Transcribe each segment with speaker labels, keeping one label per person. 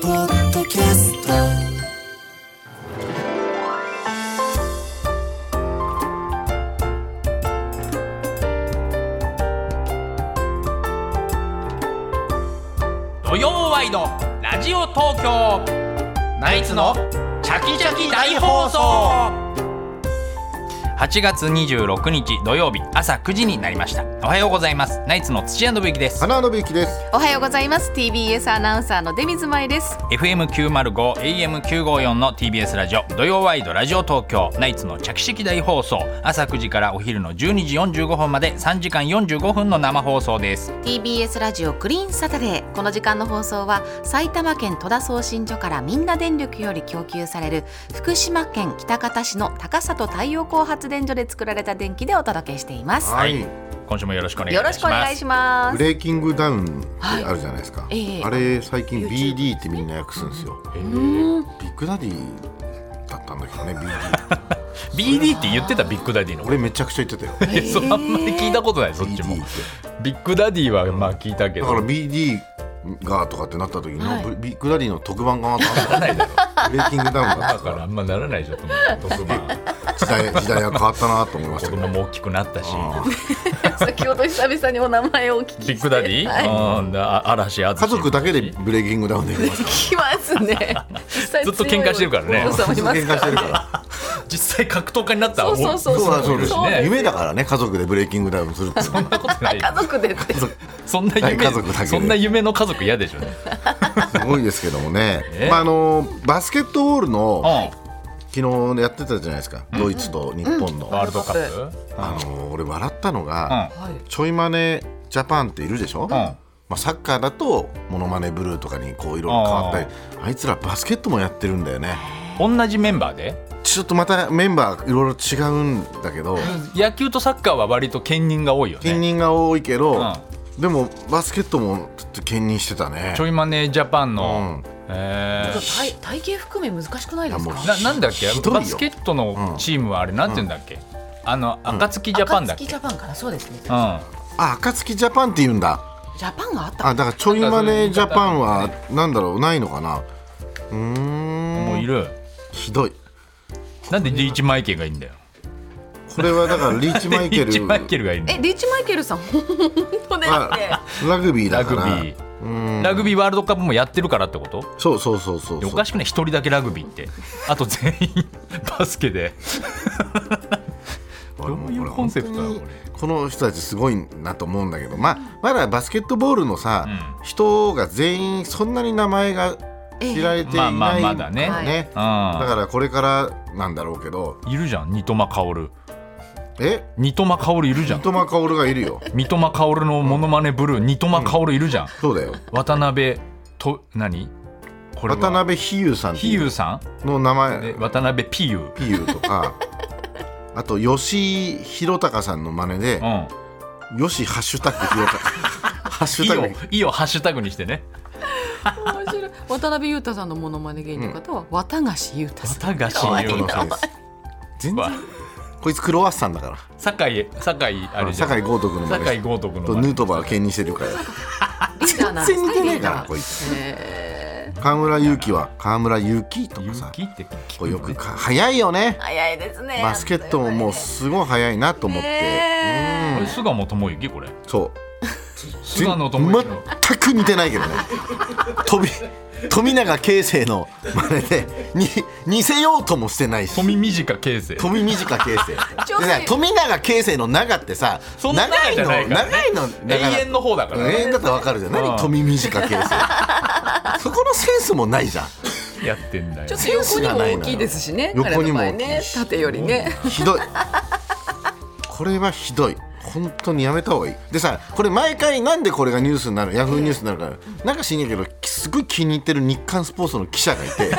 Speaker 1: ポッドキャスト
Speaker 2: 土曜ワイドラジオ東京ナイツのチャキチャキ大放送8月26日土曜日朝9時になりましたおはようございますナイツの土屋信之です
Speaker 3: 花信之です。
Speaker 4: おはようございます TBS アナウンサーの出水舞です
Speaker 2: FM905 AM954 の TBS ラジオ土曜ワイドラジオ東京ナイツの着色大放送朝9時からお昼の12時45分まで3時間45分の生放送です
Speaker 4: TBS ラジオクリーンサタデーこの時間の放送は埼玉県戸田送信所からみんな電力より供給される福島県喜多方市の高里太陽光発電所で作られた電気でお届けしています
Speaker 3: はい。
Speaker 2: 今週もよろしくお願いい
Speaker 4: よろ
Speaker 2: た
Speaker 4: し
Speaker 2: し
Speaker 4: くお
Speaker 2: ま
Speaker 4: 願い
Speaker 2: す
Speaker 4: しま
Speaker 3: ブ
Speaker 4: す
Speaker 3: レイキングダウンってあるじゃないですか。
Speaker 4: いええ
Speaker 3: あれ最近 BD ってみんな訳すんですよ。ビッグダディだったんだけどね BD。
Speaker 2: BD って言ってたビッグダディの
Speaker 3: 俺めちゃくちゃ言ってたよ。
Speaker 2: え そうあんまり聞いたことないそっ
Speaker 3: BD
Speaker 2: ち
Speaker 3: っ
Speaker 2: も
Speaker 3: て。
Speaker 2: ビッグダディはまあ聞いたけ
Speaker 3: だ
Speaker 2: ど
Speaker 3: から BD がとかってなった時の、
Speaker 4: はい
Speaker 3: ブビッグダディの特番かなと思っ
Speaker 2: ならないだろ
Speaker 3: た。ブレイキングダウンだった
Speaker 2: だ
Speaker 3: か
Speaker 2: からあ
Speaker 3: ら
Speaker 2: んまならないでしょ 特番
Speaker 3: 時代時代は変わったなと思いまし
Speaker 2: 子
Speaker 3: た
Speaker 2: 供
Speaker 3: けど。
Speaker 2: も大きくなったし
Speaker 3: あ
Speaker 4: 先ほど久々にお名前をお聞き
Speaker 2: ビッグダディ、うんあ嵐あず
Speaker 3: 家族だけでブレイキングダウンできます。
Speaker 4: 聞きます ね
Speaker 2: ずっと喧嘩してるからね
Speaker 4: そうそう
Speaker 3: 喧嘩してるから。
Speaker 2: 実際格闘家になった
Speaker 4: そうそうそう
Speaker 3: そうだそうです
Speaker 4: そうです
Speaker 3: 夢だからね家族でブレイキングダウンするって。
Speaker 2: そんなことない
Speaker 4: 家族でって
Speaker 2: そんな
Speaker 3: 大
Speaker 2: 夢
Speaker 3: 家族だけで
Speaker 2: そんな夢の家族嫌でしょうね
Speaker 3: すごいですけどもね
Speaker 2: え。
Speaker 3: まああのバスケットボールの。
Speaker 2: う
Speaker 3: 昨日やってたじゃないですか、ドイツと日本の、
Speaker 2: んワールドカップ
Speaker 3: あの俺笑ったのが、
Speaker 2: う
Speaker 4: はい
Speaker 3: ちょいマネジャパンっているでしょ、
Speaker 2: ん
Speaker 3: まあ、サッカーだとモノマネブルーとかにこういろいろ変わったりあいつらバスケットもやってるんだよね
Speaker 2: ん同じメンバーで
Speaker 3: ちょっとまたメンバーいろいろ違うんだけど
Speaker 2: 野球とサッカーは割と兼任が多いよ
Speaker 3: 兼
Speaker 2: ね
Speaker 3: 任が多いけど、
Speaker 2: う
Speaker 3: でもバスケットもちょっと兼任してたね
Speaker 2: ちょいマネージャパン
Speaker 3: う
Speaker 2: の、
Speaker 3: ん、
Speaker 2: えー
Speaker 4: 体体型含め難しくないです
Speaker 3: いや
Speaker 4: か
Speaker 3: もう
Speaker 2: ななんだっけ
Speaker 3: ひどいよ
Speaker 2: バスケットのチームはあれなんて言うんだっけ、あの暁ジャパンだっけ、
Speaker 4: 暁ジャパンかなそうですね
Speaker 2: うん、あ
Speaker 3: あ暁ジャパンって言うんだ
Speaker 4: ジャパンがあった
Speaker 3: あだからちょいマネジャパ
Speaker 2: な
Speaker 3: ン
Speaker 2: ん
Speaker 3: は
Speaker 2: か
Speaker 3: なんだろうないのかなうーん
Speaker 2: もういる
Speaker 3: ひどい
Speaker 2: なんでリーチマイケルがいいんだよ
Speaker 3: これはだからリーチマイケル
Speaker 2: リーチマイケルがいいんだ
Speaker 4: え
Speaker 2: よ
Speaker 4: リーチマイケルさん 本当ですね
Speaker 3: あラグビー
Speaker 2: ラ
Speaker 3: だか
Speaker 2: グビ
Speaker 3: ら
Speaker 2: ー
Speaker 3: うん
Speaker 2: ラグビーワールドカップもやってるからってこと
Speaker 3: そうそうそうそう
Speaker 2: おかしくない一人だけラグビーってあと全員バスケで
Speaker 3: 俺
Speaker 2: ど
Speaker 3: も
Speaker 2: う
Speaker 3: こ
Speaker 2: い
Speaker 3: れ
Speaker 2: うコンセプトなの
Speaker 3: 本
Speaker 2: これ
Speaker 3: 当にこの人たちすごいなと思うんだけどまあまだバスケットボールのさ、
Speaker 2: う
Speaker 3: 人が全員そんなに名前が知られていない、
Speaker 2: ええまあまあまだね
Speaker 3: からねだ
Speaker 2: う
Speaker 3: からこれからなんだろうけど
Speaker 2: んいるじゃん三笘薫
Speaker 3: え
Speaker 2: 三笘薫いるじゃん
Speaker 3: 三笘薫がいるよ
Speaker 2: 三笘薫のモノマネブルー三笘薫いるじゃん、
Speaker 3: そうだよ
Speaker 2: 渡辺と何これは
Speaker 3: 渡辺比喩さんって
Speaker 2: 比
Speaker 3: いう
Speaker 2: 喩さ
Speaker 3: の名
Speaker 2: んえ
Speaker 3: 前
Speaker 2: 渡辺ピユ
Speaker 3: 比喩と かあと吉井宏隆さんの真似で
Speaker 2: う、ん
Speaker 3: 吉ハッシュタグ宏隆ハッシ
Speaker 2: いい
Speaker 3: ュタグ
Speaker 2: よいいよハッシュタグにしてね
Speaker 4: 面白い渡辺裕太さんのモノマネ芸人の方は綿菓子裕太さん
Speaker 2: 綿菓
Speaker 4: かわ
Speaker 2: 子
Speaker 4: いい
Speaker 2: 言う
Speaker 4: な
Speaker 2: の
Speaker 3: 全
Speaker 2: わ
Speaker 3: 然こいつクロワッサンだから
Speaker 2: 酒井酒井あれじゃん
Speaker 3: 酒井豪徳の真似
Speaker 2: 酒井豪徳の
Speaker 3: と
Speaker 2: 真
Speaker 3: ヌ
Speaker 2: 似
Speaker 3: ートバーが兼任してるから
Speaker 4: リーダーなんで す
Speaker 3: 全然似てねえ
Speaker 4: リー
Speaker 3: から
Speaker 4: ダ
Speaker 3: こ
Speaker 4: ー
Speaker 3: いつ
Speaker 4: へ
Speaker 3: 河村勇輝は河村勇輝とか
Speaker 2: 勇
Speaker 3: さ
Speaker 2: 気って聞
Speaker 3: こ
Speaker 2: く
Speaker 3: う
Speaker 2: よ
Speaker 3: よ
Speaker 2: ね
Speaker 3: くか早いよね
Speaker 4: ー早いですね
Speaker 3: バスケットももうすごい早いなと思って、
Speaker 4: ね
Speaker 2: これ菅野智之これ
Speaker 3: うんそう
Speaker 2: 菅野智之の
Speaker 3: 全く似てないけどね飛び富永啓生の真似でに似せようともしてないし
Speaker 2: 富短形成
Speaker 3: 富短啓
Speaker 4: ちょう
Speaker 3: 生
Speaker 4: どいい
Speaker 3: でさ富永啓生の長ってさ
Speaker 2: そんな長いじゃないからね
Speaker 3: 長いの
Speaker 2: 永
Speaker 3: 長いの
Speaker 2: 遠の方だから
Speaker 3: 永遠だったらわかるじゃん
Speaker 2: うん
Speaker 3: 何富短啓生 そこのセンスもないじゃん
Speaker 2: やってんだよ
Speaker 4: ちょっと横にも大きいですしね
Speaker 3: センスがないのよ
Speaker 4: 彼の場合
Speaker 3: 横にも
Speaker 4: ね
Speaker 3: 大きいし
Speaker 4: 縦よりね
Speaker 3: ひどいこれはひどい本当にやめた方がいいでさこれ毎回なんでこれがニュースになるヤフーニュースになるからなんか知んねえけどすごい気に入ってる日刊スポーツの記者がいて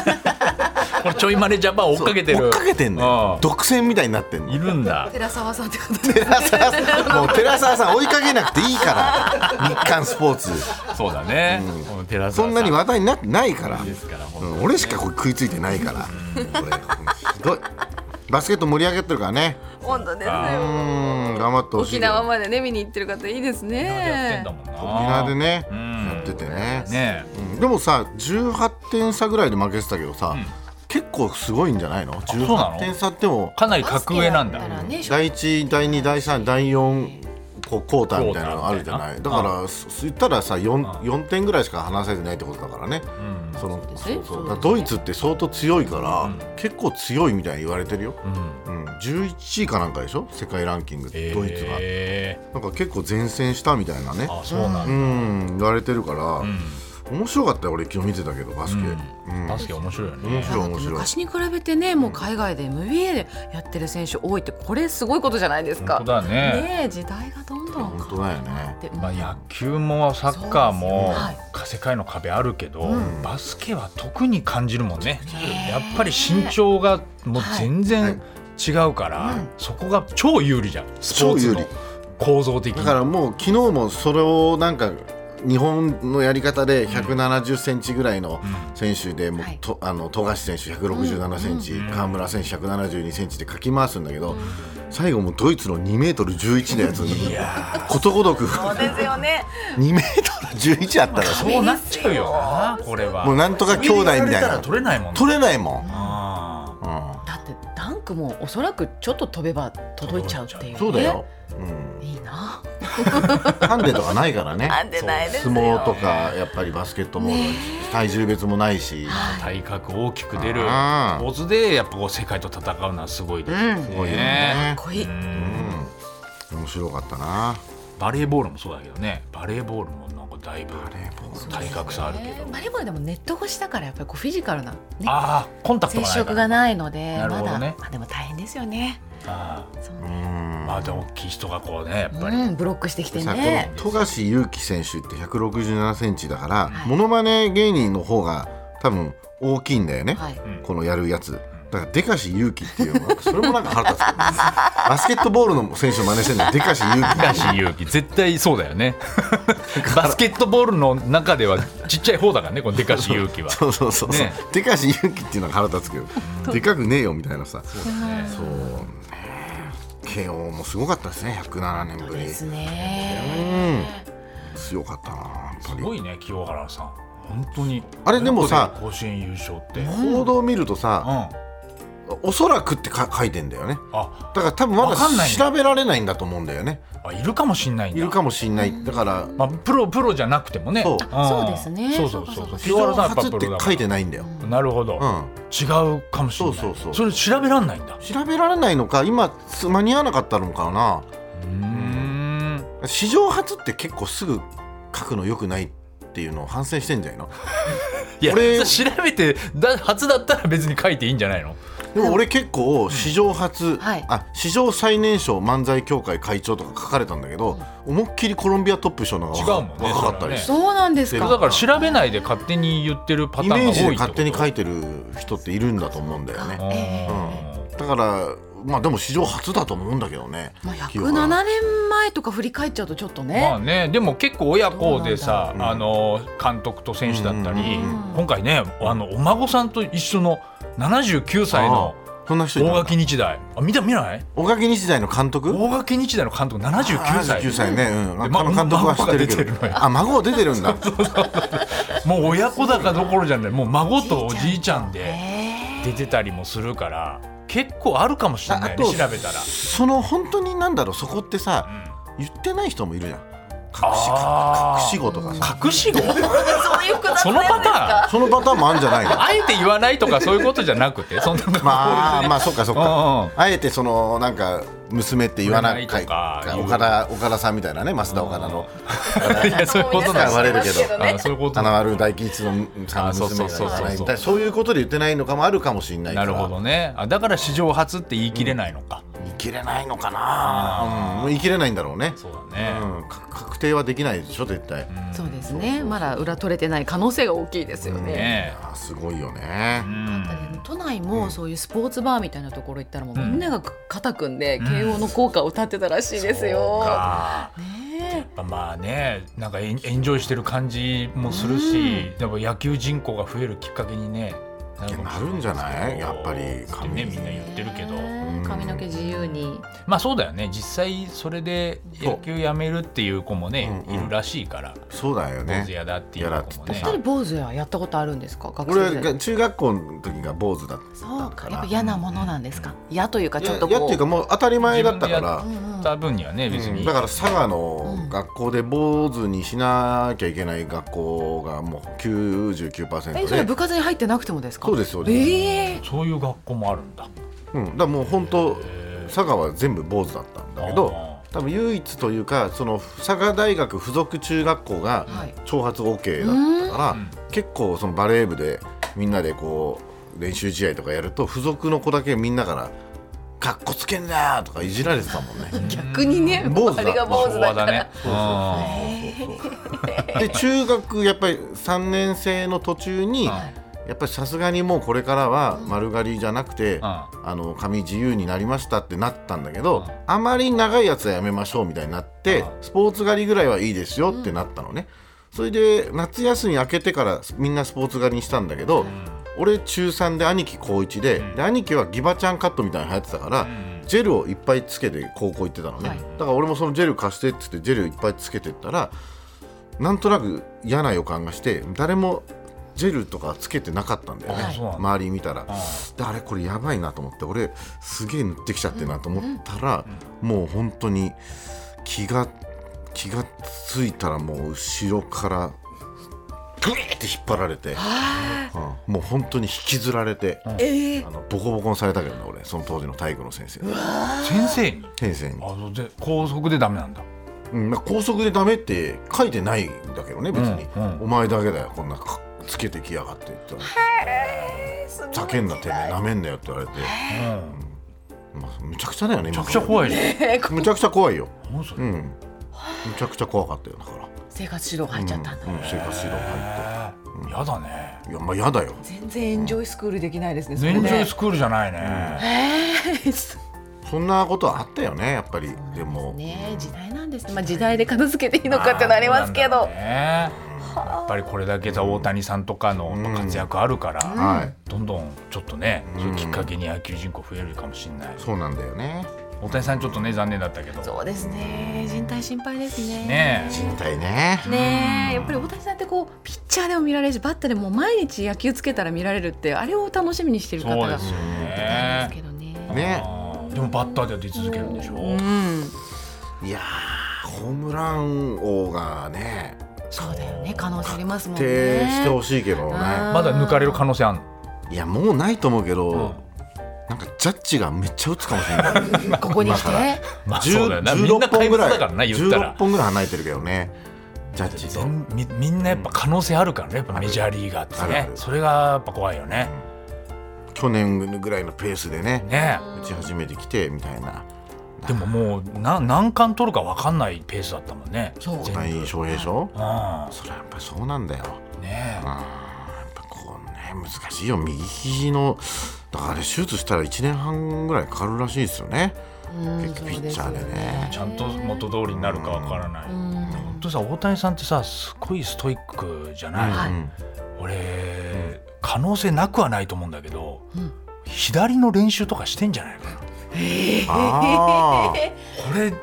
Speaker 2: これちょいマネジャパ ン追っかけてる
Speaker 3: 追っかけてんの
Speaker 2: う
Speaker 3: よ独占みたいになってんの
Speaker 2: いるんだ
Speaker 4: 寺澤さんってこ と
Speaker 3: 寺澤さんもう寺澤さん追いかけなくていいから日刊スポーツ
Speaker 2: そうだね、この寺澤さ
Speaker 3: そんなに話題になってないから
Speaker 2: ですから本当
Speaker 3: うん俺しかこれ食いついてないからこれひどいバスケット盛り上げてるからね
Speaker 4: 本当です
Speaker 3: う
Speaker 4: ね
Speaker 3: ん頑張ってほしい
Speaker 4: 沖
Speaker 3: よ
Speaker 4: 縄までね見に行ってる方いいで
Speaker 2: や
Speaker 4: す
Speaker 2: ってん
Speaker 4: ね
Speaker 2: だもんな沖
Speaker 3: 沖縄でね
Speaker 2: うん
Speaker 3: やっててね
Speaker 2: ね
Speaker 3: うんでもさ18点差ぐらいで負けてたけどさ、
Speaker 2: ん
Speaker 3: 結構すごいんじゃないの
Speaker 2: うなの
Speaker 3: ?18 点差っても
Speaker 2: かなり格上なんだ
Speaker 4: バスケったらね
Speaker 3: 第1第2第3第4こうクォーターみたいなのあるじゃない
Speaker 2: クォーターみた
Speaker 3: だ
Speaker 2: い
Speaker 3: か
Speaker 2: な
Speaker 3: らそ言ったらさ 4,
Speaker 2: うん
Speaker 3: 4点ぐらいしか離せてないってことだからね、
Speaker 2: うん
Speaker 3: その
Speaker 4: す
Speaker 3: そうそう
Speaker 4: そうですね
Speaker 3: だからドイツって相当強いから、結構強いみたいに言われてるよ、
Speaker 2: うん
Speaker 3: うん、11位かなんかでしょ世界ランキング、ドイツが
Speaker 2: え
Speaker 3: なんか結構前線したみたいな
Speaker 2: ー、
Speaker 3: ね
Speaker 2: あそうなん
Speaker 3: う
Speaker 2: だ、
Speaker 3: ん言われてるか
Speaker 2: う
Speaker 3: ら、
Speaker 2: ん
Speaker 3: 面白かったよ俺昨日見てたけどバスケ、うん
Speaker 2: バスケ面白いよ
Speaker 3: 面
Speaker 2: ね
Speaker 3: 白い面白い
Speaker 4: 昔に比べてねもう海外で MBA でやってる選手多いってこれすごいことじゃないですか
Speaker 2: 本当だね
Speaker 4: ねえ時代がどんどん
Speaker 3: 本当だよね
Speaker 4: 変
Speaker 2: ま
Speaker 4: わ
Speaker 2: あ、
Speaker 4: っ
Speaker 2: 野
Speaker 4: て
Speaker 2: 球もサッカーも、
Speaker 4: そうですね
Speaker 2: 世界の壁あるけど、バスケは特に感じるもんね、やっぱり身長がもう全然違うから、そこが超有利じゃんスポーツ
Speaker 3: 超
Speaker 2: の
Speaker 3: 有利
Speaker 2: 構造的
Speaker 3: だ
Speaker 2: に
Speaker 3: からもう昨日もそれをなんか日本のやり方で1 7 0センチぐらいの選手でもう
Speaker 4: はい
Speaker 3: とあの富樫選手1 6 7センチ河村選手1 7 2センチでかき回すんだけど最後もうドイツの2メートル1 1のやつにことごとく
Speaker 4: そうですよね
Speaker 3: 2メートル11あったらしい
Speaker 2: そうなっちゃうよなこれは
Speaker 3: もうなんとか兄弟みたい
Speaker 2: それでやられ
Speaker 3: な
Speaker 2: ら取れないもんね
Speaker 3: 取れないもん、
Speaker 2: あ
Speaker 3: う
Speaker 4: だってダンクもおそらくちょっと飛べば届いちゃうっていう、ね、
Speaker 3: ん、そうだよ、うん、
Speaker 4: いいな
Speaker 3: ハンデとかないからね
Speaker 4: ハンデないです
Speaker 3: そ
Speaker 4: よ
Speaker 3: う相撲とかやっぱりバスケットボール、体重別もないし、
Speaker 2: ー体格大きく出るスポ
Speaker 3: あー
Speaker 2: ーツでやっぱこう世界と戦うのはすごいですよ
Speaker 4: うん
Speaker 3: すごい
Speaker 2: ね
Speaker 3: よね。
Speaker 4: こいい
Speaker 3: 面白かったな。
Speaker 2: バレーボールもそうだけどねバレーボールもなんかだいぶ体格差あるけど、
Speaker 4: バレーボールでもネット越しだからやっぱりこうフィジカルな、ね、
Speaker 2: ああコンタクト
Speaker 4: 接
Speaker 2: がない
Speaker 4: 触がないので
Speaker 2: なる
Speaker 4: ま
Speaker 2: ほど
Speaker 4: だ、
Speaker 2: ね
Speaker 4: まあでも大変ですよね
Speaker 2: ああ
Speaker 4: そう
Speaker 3: う
Speaker 4: ね、
Speaker 3: ん。
Speaker 2: まあでも大きい人がこうねやっぱり、
Speaker 4: うん、ブロックしてきて
Speaker 3: さ
Speaker 4: ね
Speaker 3: この富樫勇樹選手って167センチだから、モノマネ芸人の方が多分大きいんだよね。
Speaker 4: はい
Speaker 3: このやるやつ。だからでかし勇気っていうのはそれもなんか腹立つけどねバスケットボールの選手を真似してるのでかし勇気
Speaker 2: 東勇 樹絶対そうだよねバスケットボールの中ではちっちゃい方だからねこのでかし勇樹は
Speaker 3: そうそうそうそう、
Speaker 2: ね
Speaker 3: でかし勇気っていうのは腹立つけどでかくねえよみたいなさそうね慶応もすごかったですね107年ぶり
Speaker 4: ですね
Speaker 3: うん強かったなやっぱ
Speaker 2: す
Speaker 3: り
Speaker 2: ごいね清原さん本当に
Speaker 3: あれでもさ
Speaker 2: 甲子園優勝って、うん、
Speaker 3: 報道を見るとさ
Speaker 2: あ
Speaker 3: おそらくってか書いてんだよね
Speaker 2: あ
Speaker 3: だから多分ま
Speaker 2: わかんな
Speaker 3: だ
Speaker 2: いね
Speaker 3: 調べられないんだと思うんだよね
Speaker 2: いるかもしんないん
Speaker 3: い
Speaker 2: だ
Speaker 3: るかもしんないだから
Speaker 2: まあ、プロプロじゃなくてもね
Speaker 3: そう
Speaker 4: あそうですね
Speaker 2: そうそうそう
Speaker 4: そうかそうか
Speaker 3: 史上
Speaker 2: やぱ
Speaker 3: 初
Speaker 2: プ
Speaker 3: っ
Speaker 2: ロ
Speaker 3: て
Speaker 2: だから
Speaker 3: 書いてないんだよ
Speaker 2: なるほど、
Speaker 3: うん
Speaker 2: 違うかもしれない
Speaker 3: そうそうそう
Speaker 2: れ調べらんないんだ
Speaker 3: 調べられないのか今す間に合わなかったのかな
Speaker 2: うん
Speaker 3: 史上初って結構すぐ書くの良くないっていうのを反省してんじゃないの
Speaker 2: いや
Speaker 3: これ
Speaker 2: それ調べてだ初だったら別に書いていいんじゃないの
Speaker 3: でも俺結構史上初、
Speaker 4: はい
Speaker 3: あ史上最年少漫才協会会長とか書かれたんだけど、思いっきりコロンビアトップ賞の方が
Speaker 2: 違うもんね
Speaker 3: 若かったりし
Speaker 2: そ
Speaker 3: て、
Speaker 4: そうなんです
Speaker 3: で
Speaker 4: か
Speaker 2: だから調べないで勝手に言ってるパター
Speaker 3: イ
Speaker 2: ンが多い
Speaker 3: メー
Speaker 2: って
Speaker 3: ジ
Speaker 2: こ
Speaker 3: で
Speaker 2: と
Speaker 3: 勝手に書いてる人っているんだと思うんだよね
Speaker 2: うん
Speaker 3: だからまあでも史上初だと思うんだけどね
Speaker 4: まあ、
Speaker 3: 清原
Speaker 4: 107年前とか振り返っちゃうとちょっとね、
Speaker 2: まあね、でも結構親子でさ、
Speaker 3: そうなんだ
Speaker 2: あの監督と選手だったり、
Speaker 4: うん
Speaker 2: 今回ねあのお孫さんと一緒の79歳の
Speaker 3: あそんな人いた
Speaker 2: 大
Speaker 3: んだ
Speaker 2: 垣日大あ見た見ない
Speaker 3: 大垣日大の監督
Speaker 2: 大垣日大の監督79歳
Speaker 3: 九歳ね、うん、
Speaker 2: で
Speaker 3: あ
Speaker 2: ま
Speaker 3: この監督は知ってるけ
Speaker 2: 孫が出てるのよ
Speaker 3: どあ孫出てるんだ
Speaker 2: もう親子だかどころじゃないもう孫とおじいちゃんで
Speaker 4: え
Speaker 2: 出てたりもするから結構あるかもしれないね調べたら。
Speaker 3: その本当になんだろうそこってさ、言ってない人もいるじゃん隠し
Speaker 2: あー
Speaker 3: 隠し子とかさ
Speaker 2: 隠 し子そのパターン
Speaker 3: そのパターンもあるんじゃないの
Speaker 2: あえて言わないとかそういうことじゃなく てそんなこと
Speaker 3: まあまあそっかそっ
Speaker 2: うんうん
Speaker 3: かあえてそのなんか娘って言わな
Speaker 2: 言
Speaker 3: い
Speaker 2: わないとか言う
Speaker 3: 岡田岡田さんみたいなね増田岡田の
Speaker 2: いやそういうことなん
Speaker 3: 言われるけど
Speaker 2: あそういうこと
Speaker 3: 花丸大吉のさんの娘が言わない
Speaker 2: あそうそうそうそう
Speaker 3: だからそういうことで言ってないのかもあるかもしれないか
Speaker 2: な
Speaker 3: ら
Speaker 2: るほどねあだから史上初って言い切れないのか、
Speaker 3: 言い切れないのかなうん言い切れないんだろうね
Speaker 2: そうだ
Speaker 3: う
Speaker 2: ね、
Speaker 3: んか確定はできないでしょ絶対、
Speaker 4: そうですねまだ裏取れてない可能性が大きいですよね。
Speaker 2: ね
Speaker 3: あすごいよね
Speaker 2: え、うん
Speaker 4: だって都内もそういうスポーツバーみたいなところ行ったらもうみんなが肩組んで慶応の効果を歌ってたらしいです
Speaker 2: そう
Speaker 4: よ。
Speaker 2: か
Speaker 4: ね
Speaker 2: やっぱまあねなんかエンエンジョイしてる感じもするし、やっぱ野球人口が増えるきっかけにねなかもしれ
Speaker 3: なるんじゃない
Speaker 2: ですけど
Speaker 3: やっぱり
Speaker 2: ってねみんな言ってるけど、
Speaker 4: ね髪の毛自由に。
Speaker 2: まあそうだよね実際それで野球やめるっていう子もね、
Speaker 3: そう
Speaker 2: いるらしいから
Speaker 3: そうだよ
Speaker 2: 坊主、
Speaker 3: ね
Speaker 2: やだっていう子も
Speaker 3: やだって
Speaker 2: ね
Speaker 3: さ
Speaker 4: 一人坊主はやったことあるんですか学生
Speaker 3: 俺
Speaker 4: 時代
Speaker 3: が中学校の時が坊主だった
Speaker 4: そうか
Speaker 3: から
Speaker 4: やっぱ嫌なものなんですか嫌というか
Speaker 3: い
Speaker 4: ちょ
Speaker 3: や
Speaker 4: っと
Speaker 3: いやっ
Speaker 4: こ
Speaker 3: ていうか
Speaker 4: う
Speaker 3: もう当たり前だったから
Speaker 2: 自分でやった分にはね別に、
Speaker 3: うんだから佐賀の学校で坊主にしなきゃいけない学校がもう99%で、
Speaker 4: えそれ部活に入ってなくてもですか
Speaker 3: そうですそうです
Speaker 4: ええ
Speaker 2: そういう学校もあるんだ
Speaker 3: うん、だからもう本当佐賀は全部坊主だったんだけど
Speaker 2: あ
Speaker 3: 多分唯一というかその佐賀大学附属中学校が
Speaker 4: はい
Speaker 3: 挑発 OK だったから、結構そのバレー部でみんなでこう練習試合とかやると付属の子だけみんなから「かっこつけんな!」とかいじられてたもんね。
Speaker 4: 逆にね
Speaker 3: 坊主だ
Speaker 4: 周りが坊主
Speaker 2: 昭和だ
Speaker 4: だから
Speaker 2: ねうん
Speaker 3: で中学やっぱり3年生の途中に、やっぱりさすがにもうこれからは丸刈りじゃなくて、あの髪自由になりましたってなったんだけど、あまり長いやつはやめましょうみたいになって、スポーツ狩りぐらいはいいですよってなったのね、それで夏休み明けてからみんなスポーツ狩りにしたんだけど、俺中3で兄貴高1で,、で兄貴はギバちゃんカットみたいに流行ってたから、ジェルをいっぱいつけて高校行ってたのね、
Speaker 4: はい
Speaker 3: だから俺もそのジェル貸してって言ってジェルいっぱいつけてったらなんとなく嫌な予感がして誰もジェルとかつけてなかったんだよね、
Speaker 2: あそうなんだ
Speaker 3: 周り見たら、であれこれやばいなと思って俺すげえ塗ってきちゃってなと思ったら、もう本当に気が気がついたらもう後ろからグイーって引っ張られて、うんもう本当に引きずられて、あのボコボコにされたけどね俺その当時の体育の先生
Speaker 2: 先生に
Speaker 3: 先生に
Speaker 2: あ、そうで高速でダメなんだ
Speaker 3: うんまあ、高速でダメって書いてないんだけどね別に、
Speaker 2: うんうん
Speaker 3: お前だけだよこんなかつけてきやがってって言ったら「叫んだてめえなめんなよ」って言われて、うんまあ、むちゃくちゃだよね
Speaker 2: めちゃ
Speaker 3: 今
Speaker 2: くちゃ怖いじゃん
Speaker 3: むちゃくちゃ怖いよ
Speaker 2: 何それ
Speaker 3: うんむちゃくちゃ怖かったよだから
Speaker 4: 生活指導が入っちゃったんだ、
Speaker 3: うん、生活指導入っ
Speaker 2: やだね
Speaker 3: ていやまあやだよ
Speaker 4: 全然エンジョイスクールできないですねそれ
Speaker 2: 全
Speaker 4: ね
Speaker 2: 然スクールじゃないね、
Speaker 3: そんなことはあったよねやっぱりでも
Speaker 4: ね時代なんですね、まあ、時代で片付けていいのかってなりますけど、
Speaker 2: まあなんだろうねやっぱりこれだけさ大谷さんとかのまあ活躍あるから、
Speaker 3: はい
Speaker 2: どんどんちょっとね、そういうきっかけに野球人口増えるかもしれない
Speaker 3: そうなんだよね
Speaker 2: 大谷さんちょっとね残念だったけど
Speaker 4: そうですね人体心配ですね
Speaker 2: ねえ
Speaker 3: 人体ね
Speaker 4: ねえやっぱり大谷さんってこうピッチャーでも見られるしバッターでも毎日野球つけたら見られるってあれを楽しみにしてる方
Speaker 2: そう
Speaker 4: が
Speaker 2: で
Speaker 4: いた
Speaker 2: すよ
Speaker 4: ん
Speaker 2: ね
Speaker 4: ですけどね。
Speaker 3: ね
Speaker 2: あーでもバッターでは出続けるんでしょ、
Speaker 4: うん、
Speaker 3: いやーホームラン王がね
Speaker 4: そうだよね可能性ありますもん
Speaker 3: 徹底して
Speaker 4: ね。
Speaker 3: ほしいけどね
Speaker 4: あー
Speaker 2: まだ抜かれる可能性ある
Speaker 3: いやもうないと思うけど、
Speaker 2: ん
Speaker 3: なんかジャッジがめっちゃ打つかもしれ ない
Speaker 4: ここに来
Speaker 3: 今から
Speaker 4: て
Speaker 2: まあ
Speaker 3: 10
Speaker 2: そうだよなみんな
Speaker 3: 16
Speaker 2: 怪
Speaker 3: 本ぐ
Speaker 2: 物
Speaker 3: らい
Speaker 2: だからな言ったら
Speaker 3: 16本ぐらい離れてるけどねジャッジと
Speaker 2: 全みみんなやっぱ可能性あるからねやっぱメジャーリーガーって
Speaker 3: ある
Speaker 2: ね
Speaker 3: ある
Speaker 2: それがやっぱ怖いよね、
Speaker 3: 去年ぐらいのペースでね
Speaker 2: ね
Speaker 3: 打ち始めてきてみたいな
Speaker 2: えでももうな何冠取るか分かんないペースだったもんね
Speaker 4: そう
Speaker 2: 全
Speaker 3: 大
Speaker 2: 部
Speaker 3: 谷翔平でしょ
Speaker 2: う
Speaker 3: それはやっぱりそうなんだよ
Speaker 2: んねえ
Speaker 3: あーやっぱこうね難しいよ右肘のだからあれ手術したら1年半ぐらいかかるらしいですよね結局ピッチャーでね
Speaker 2: ちゃんと元通りになるかわからない。本当さ大谷さんってさすごいストイックじゃない、
Speaker 4: はい
Speaker 2: 俺、可能性なくはないと思うんだけど、左の練習とかしてんじゃないかなこ
Speaker 3: あ あ
Speaker 2: れ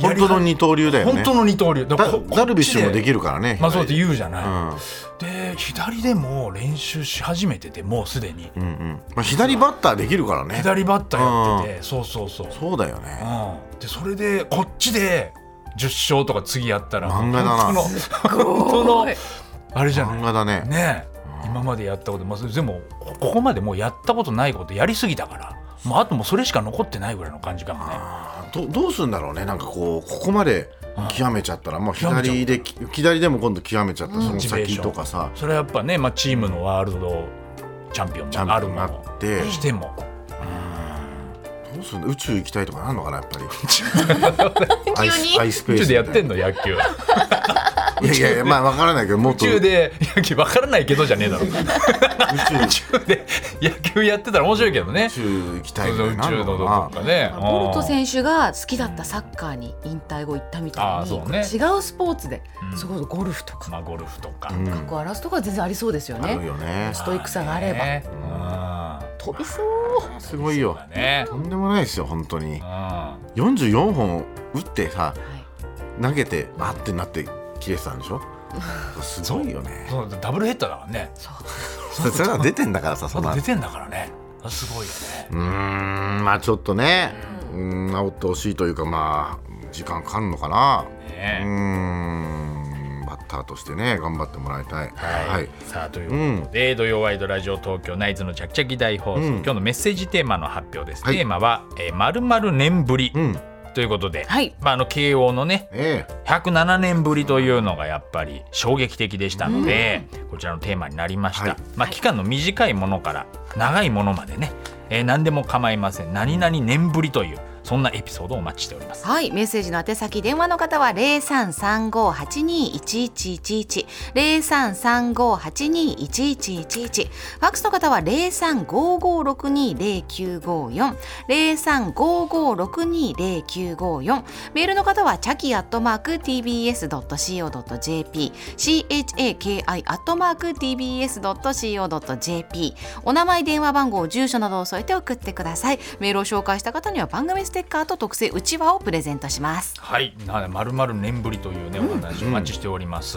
Speaker 3: 本当の二刀流だよね
Speaker 2: 本当の二刀流だから
Speaker 3: だ
Speaker 2: ここっち
Speaker 3: ダルビッシュもできるからね
Speaker 2: まあそうって
Speaker 3: う、
Speaker 2: 言うじゃない、
Speaker 3: うん
Speaker 2: で左でも練習し始めててもうすでに、
Speaker 3: うんうんまあ、左バッターできるからね
Speaker 2: 左バッターやってて、そうそうそう、
Speaker 3: そうだよね
Speaker 2: うん、でそれでこっちで10勝とか次やったら
Speaker 3: 漫画だな
Speaker 2: 本当の本当のあれじゃない
Speaker 3: 漫画だね
Speaker 2: ねえ今までやったこと、まあ、でもこここまでもうやったことないことやりすぎたから、まあ、あともうそれしか残ってないぐらいの感じかもね
Speaker 3: あーどどうするんだろうねなんかこうここまで極めちゃったら、まあ、
Speaker 2: 極めちゃう
Speaker 3: 左でき左でも今度極めちゃった、その
Speaker 2: モチベーシ
Speaker 3: 先
Speaker 2: ョン
Speaker 3: とかさ
Speaker 2: それはやっぱね、まあ、チームのワールドチャンピオン
Speaker 3: ジャ
Speaker 2: もあ
Speaker 3: ン
Speaker 2: る
Speaker 3: プに
Speaker 2: も
Speaker 3: な
Speaker 2: の
Speaker 3: って
Speaker 2: しても
Speaker 3: どうするの宇宙行きたいとかなんのかなやっぱ りアイ
Speaker 1: 急に
Speaker 3: スアイスペ
Speaker 2: 宇
Speaker 3: ー
Speaker 2: 宙
Speaker 3: ス
Speaker 2: でやっ
Speaker 3: みた
Speaker 2: て
Speaker 3: い
Speaker 2: んの野球
Speaker 3: ないやいやいやまあわからないけどもっ
Speaker 2: 宇
Speaker 3: と
Speaker 2: 宙で野球わからないけどじゃねえだろ宇
Speaker 3: 宇宙
Speaker 2: 宙で野球やってたら面白いけどね
Speaker 3: 宇宙行きたい
Speaker 2: 宇
Speaker 3: みたいな
Speaker 2: 宙
Speaker 3: の
Speaker 2: のどこ
Speaker 3: かな
Speaker 2: かね
Speaker 1: ボルト選手が好きだったサッカーに引退後行ったみた
Speaker 2: あ
Speaker 1: い
Speaker 2: ーそ
Speaker 1: に、
Speaker 2: うね
Speaker 1: 違うスポーツで、
Speaker 2: うん
Speaker 1: そこゴルフと
Speaker 2: うんま
Speaker 1: か、
Speaker 2: あゴルフとか、
Speaker 3: うん
Speaker 1: 過去荒らすとかは全然ありそうですよ
Speaker 3: ある
Speaker 1: ね。
Speaker 3: よね
Speaker 1: ストイックさがあれば、
Speaker 2: ね
Speaker 1: 飛びそう。
Speaker 3: すごいよ
Speaker 2: うんね
Speaker 3: とんでもないですよ本当
Speaker 2: うん
Speaker 3: に44本打ってさ
Speaker 1: はい
Speaker 3: 投げてあってなって切れてたんでしょすごいよね
Speaker 2: そうダブルヘッダーだからね
Speaker 3: それは出てんだからさ
Speaker 2: ま
Speaker 3: そんな
Speaker 2: だ
Speaker 3: う
Speaker 2: 出てんだからねすごいよね
Speaker 3: ーんまあちょっとねうん治ってほしいというかまあ時間かかんのかなうー
Speaker 2: ね
Speaker 3: んバッターとしてね頑張ってもらいたい
Speaker 2: はい、
Speaker 3: はい
Speaker 2: さあという
Speaker 3: う
Speaker 2: こと
Speaker 3: ん
Speaker 2: で、土曜ワイドラジオ東京ナイツのちゃきちゃき大放送、
Speaker 3: うん
Speaker 2: 今日のメッセージテーマの発表です、
Speaker 3: はい
Speaker 2: テーマは「まるまる年ぶり
Speaker 3: う」ん
Speaker 2: ということで、
Speaker 1: はい。
Speaker 2: まあ、あの慶応のね
Speaker 3: ええ
Speaker 2: 107年ぶりというのがやっぱり衝撃的でしたので、こちらのテーマになりました、
Speaker 3: はい
Speaker 2: まあ、期間の短いものから長いものまでね、えー何でも構いません何々年ぶりというそんなエピソードをお待ちしております。
Speaker 1: はい、メッセージの宛先電話の方は零三三五八二一一一一零三三五八二一一一一ファックスの方は零三五五六二零九五四零三五五六二零九五四メールの方はチャキアットマーク tbs ドット co ドット jp c h a k i アットマーク tbs ドット co ドット jp お名前電話番号住所などを添えて送ってくださいメールを紹介した方には番組ステッカーと特製うちわをプレゼントします
Speaker 2: はい、まるまる年ぶりというね、お話をお待ちしております。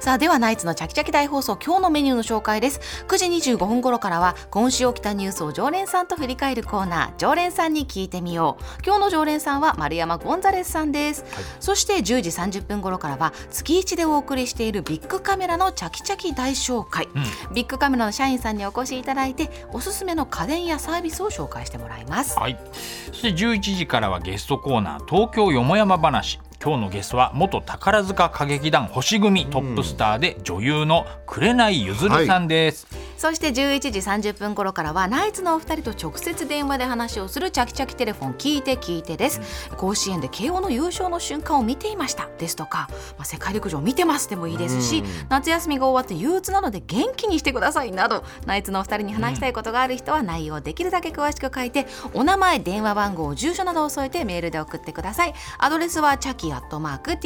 Speaker 1: さあではナイツのチャキチャキ大放送今日のメニューの紹介です9時25分頃からは今週起きたニュースを常連さんと振り返るコーナー常連さんに聞いてみよう今日の常連さんは丸山ゴンザレスさんです、そして10時30分頃からは月一でお送りしているビッグカメラのチャキチャキ大紹介、ビッグカメラの社員さんにお越しいただいておすすめの家電やサービスを紹介してもらいます
Speaker 2: はい、そして11時からはゲストコーナー「東京よもやま話」今日のゲストは元宝塚歌劇団星組トップスターで女優の紅ゆずるさんです。
Speaker 1: そして11時30分頃からはナイツのお二人と直接電話で話をするチャキチャキテレフォン聞いて聞いてです、甲子園で慶応の優勝の瞬間を見ていましたですとか、まあ、世界陸上見てますでもいいですし、夏休みが終わって憂鬱なので元気にしてくださいなどナイツのお二人に話したいことがある人は内容をできるだけ詳しく書いてお名前電話番号住所などを添えてメールで送ってくださいアドレスはチャキアットマーク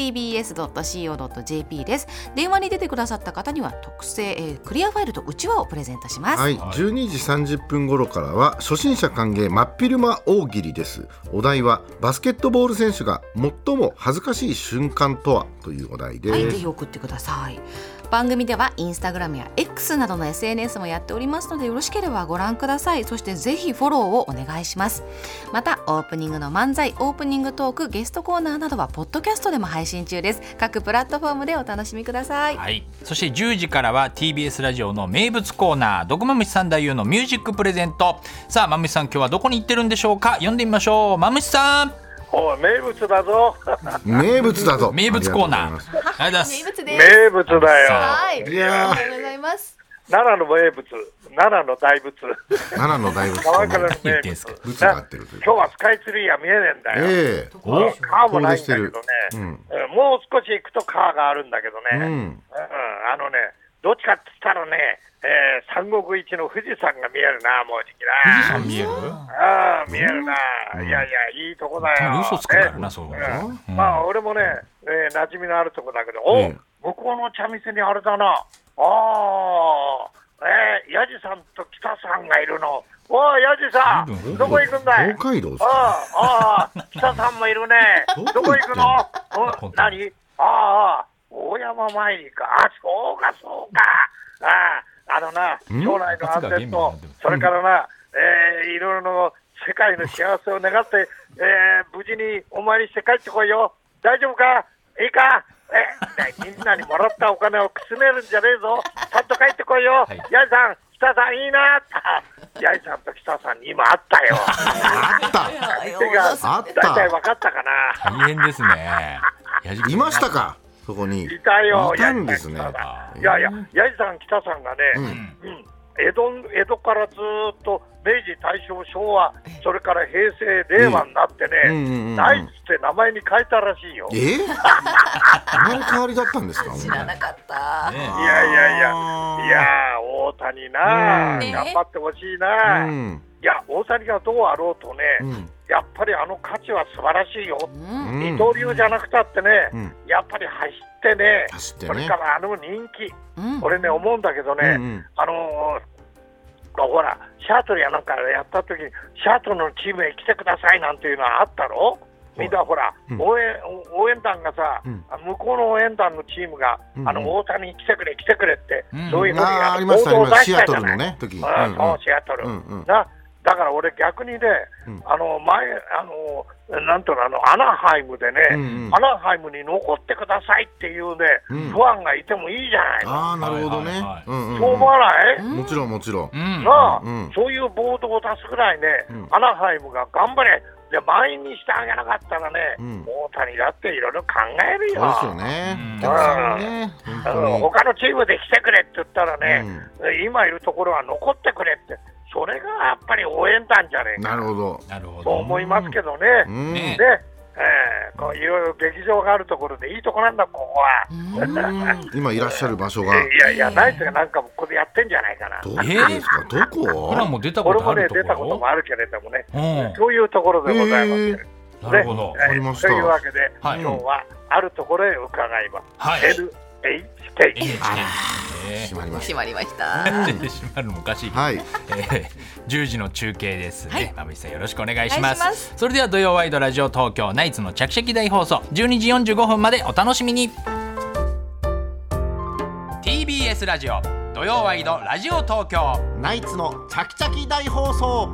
Speaker 1: tbs.co.jp です電話に出てくださった方には特製、えークリアファイルとうちわをプレゼントします、
Speaker 3: はい、12時30分頃からは初心者歓迎真っ昼間大喜利ですお題はバスケットボール選手が最も恥ずかしい瞬間とはというお題です、
Speaker 1: はい、ぜひ送ってください。番組ではインスタグラムや X などの SNS もやっておりますのでよろしければご覧くださいそしてぜひフォローをお願いしますまたオープニングの漫才オープニングトークゲストコーナーなどはポッドキャストでも配信中です各プラットフォームでお楽しみください
Speaker 2: はい、そして10時からは TBS ラジオの名物コーナー「ドクマムシさん太夫のミュージックプレゼント」さあマムシさん今日はどこに行ってるんでしょうか読んでみましょうマムシさん
Speaker 5: おい名物だぞ
Speaker 3: 名物だぞ
Speaker 2: 名物コーナー
Speaker 3: ありがとうございます
Speaker 2: ありがとうございま
Speaker 1: 名物です
Speaker 2: す
Speaker 5: 名物だよ
Speaker 1: はいあり
Speaker 3: いや
Speaker 1: がとうございます
Speaker 5: 奈良の名物奈良の大仏
Speaker 3: ー奈良の大仏
Speaker 5: 川からの
Speaker 2: 言っ
Speaker 5: 名
Speaker 2: てん
Speaker 5: 物
Speaker 2: すか
Speaker 3: 仏が合ってるという
Speaker 5: 今日はスカイツリーは見えねえんだよ、
Speaker 3: ええ
Speaker 5: うん川もないんだけどね
Speaker 3: 遠出、
Speaker 5: うんもう少し行くと川があるんだけどね、
Speaker 3: う
Speaker 5: うんんあのねどっちかって言ったらね、えー三国一の富士山が見えるなもうじき
Speaker 2: 富士
Speaker 5: な
Speaker 2: 山見える
Speaker 5: ああ見えるな、いやいやいいとこだよ
Speaker 2: 嘘つくから
Speaker 5: ね
Speaker 2: なそういうの
Speaker 5: うんまあ俺もね、えー馴染みのあるとこだけど、お、
Speaker 3: ええ
Speaker 5: 向こうの茶店にあれだな、ああ、えー、ヤジさんと北さんがいるの、おい、ヤジさ
Speaker 2: 随分
Speaker 5: ん、どこ行くんだい
Speaker 3: 北海道ですか。
Speaker 5: ああ、ああ、北さんもいるね
Speaker 3: ど
Speaker 5: ど
Speaker 3: こ
Speaker 5: こ
Speaker 3: 行
Speaker 5: 行
Speaker 3: く
Speaker 5: く
Speaker 3: の
Speaker 5: の
Speaker 2: 本
Speaker 5: お
Speaker 2: 当
Speaker 5: 何ああ、大山参りか。あ、そうか、そうか。ああ、あのな、
Speaker 3: ん
Speaker 5: 将来の安
Speaker 2: 罰がゲームに
Speaker 5: 全
Speaker 2: なっ
Speaker 5: と
Speaker 2: てる、
Speaker 5: それからな、えーいろいろの世界の幸せを願って、えー無事にお参りして帰ってこいよ。大丈夫かいいかえ、ねみんなにもらったお金をくすねるんじゃねえぞ。ちゃんと帰ってこいよ。
Speaker 2: い
Speaker 5: やいさん、北さんいいな。やいさんと北さんに今会ったよ。
Speaker 3: あった
Speaker 5: 手が
Speaker 3: あった
Speaker 5: 大体分かったかな。
Speaker 2: 大変ですねやじ
Speaker 3: いましたかそこに
Speaker 5: いたよ。
Speaker 3: いたんですね
Speaker 5: やじさん北さんいやいや、やじさん、北さんがね、うん江戸江戸からずーっと明治、大正、昭和、それから平成、令和になって
Speaker 3: うんうんうんう
Speaker 5: ね、
Speaker 3: ん
Speaker 5: ナイツって名前に変えたらしいよ。い
Speaker 3: え生まれ変わりだったんですか
Speaker 4: 知らなかった。
Speaker 2: ね
Speaker 5: やいやいや、いやー、大谷なあ、
Speaker 3: うん
Speaker 5: 頑張ってほしい
Speaker 3: も
Speaker 5: なあ、
Speaker 3: う
Speaker 5: い
Speaker 3: ん
Speaker 5: や、大谷がどうあろうとね、
Speaker 3: うん
Speaker 5: やっぱりあの価値は素晴らしいよ。
Speaker 4: うん。
Speaker 3: うん
Speaker 5: 二刀流じゃなくたってね、
Speaker 3: うん
Speaker 5: やっぱり走ってね、
Speaker 3: 走って
Speaker 5: それ
Speaker 3: ね
Speaker 5: からあの人気、
Speaker 4: うん。
Speaker 5: 俺ね、思うんだけどね、
Speaker 3: うんうん
Speaker 5: あのーほら、シャトルやなんかやった時に、シャトルのチームへ来てくださいなんていうのはあったろ、みんなほら、
Speaker 3: うん
Speaker 5: 応援応援団がさ、
Speaker 3: うん
Speaker 5: 向こうの応援団のチームが、
Speaker 3: うんうん
Speaker 5: あの大谷に来てくれ、来てくれって、
Speaker 2: うん
Speaker 5: そういうふうに
Speaker 3: あーありましたありましたシアトルのね時に
Speaker 5: あ
Speaker 3: うんうん
Speaker 5: そうシアトル、
Speaker 3: うんうん
Speaker 5: なだから俺逆にね、
Speaker 3: うん
Speaker 5: あの前あのなんとなのアナハイムでね、
Speaker 3: うんうん
Speaker 5: アナハイムに残ってくださいっていうね、
Speaker 3: うん
Speaker 5: ファンがいてもいいじゃないの、
Speaker 3: ああなるほどね
Speaker 2: はいはいはい
Speaker 3: うんうんうん
Speaker 5: そう思わない、
Speaker 3: もちろんもちろん
Speaker 2: うん
Speaker 5: なあ、
Speaker 3: うん
Speaker 5: そういうボードを出すぐらいね、
Speaker 3: うん
Speaker 5: アナハイムが頑張れ、で満員にしてあげなかったらね、
Speaker 3: うん
Speaker 5: 大谷だっていろいろ考える
Speaker 3: そうですよ
Speaker 5: よ。
Speaker 3: ね
Speaker 2: うん
Speaker 3: お客さんね
Speaker 5: あ
Speaker 3: 本
Speaker 5: の他のチームで来てくれって言ったら
Speaker 3: 当
Speaker 5: ね、
Speaker 3: に
Speaker 5: 今いるところは残ってくれって、それがやっぱり応援団じゃね
Speaker 3: う
Speaker 5: え
Speaker 3: ん
Speaker 5: か
Speaker 3: なるほど
Speaker 2: なるほ
Speaker 5: と
Speaker 2: ど
Speaker 5: 思いますけどね、
Speaker 3: うん
Speaker 2: ね
Speaker 5: でえーこういろいろ劇場があるところでいいとこなんだ、ここは。
Speaker 3: うん今いらっしゃる場所が
Speaker 5: いやいや、ナイツがなんかもここでやってんじゃないかな。
Speaker 3: どこですかどこ
Speaker 2: 普段も出たこ
Speaker 5: 俺
Speaker 2: と
Speaker 5: も
Speaker 2: あ
Speaker 5: ね
Speaker 2: る、とこ
Speaker 5: 出たことも
Speaker 2: ろ
Speaker 5: あるけれどもね、
Speaker 2: うん
Speaker 5: そういうところでございますけれども。
Speaker 2: なるほど
Speaker 3: わかりました
Speaker 5: というわけで、
Speaker 2: はい
Speaker 5: 今日はあるところへ伺います。
Speaker 2: はい
Speaker 5: LHK。
Speaker 2: え
Speaker 3: 閉まりまし
Speaker 4: 閉まりました。
Speaker 2: ーなんで閉まるのおかしい
Speaker 3: たはい
Speaker 2: えー、10時の中継ですね、馬淵さんよろしくお願いします
Speaker 4: お願いします
Speaker 2: それでは土曜ワイドラジオ東京ナイツの着席大放送12時45分までお楽しみに TBS ラジオ土曜ワイドラジオ東京
Speaker 6: ナイツのチャキチャキ大放送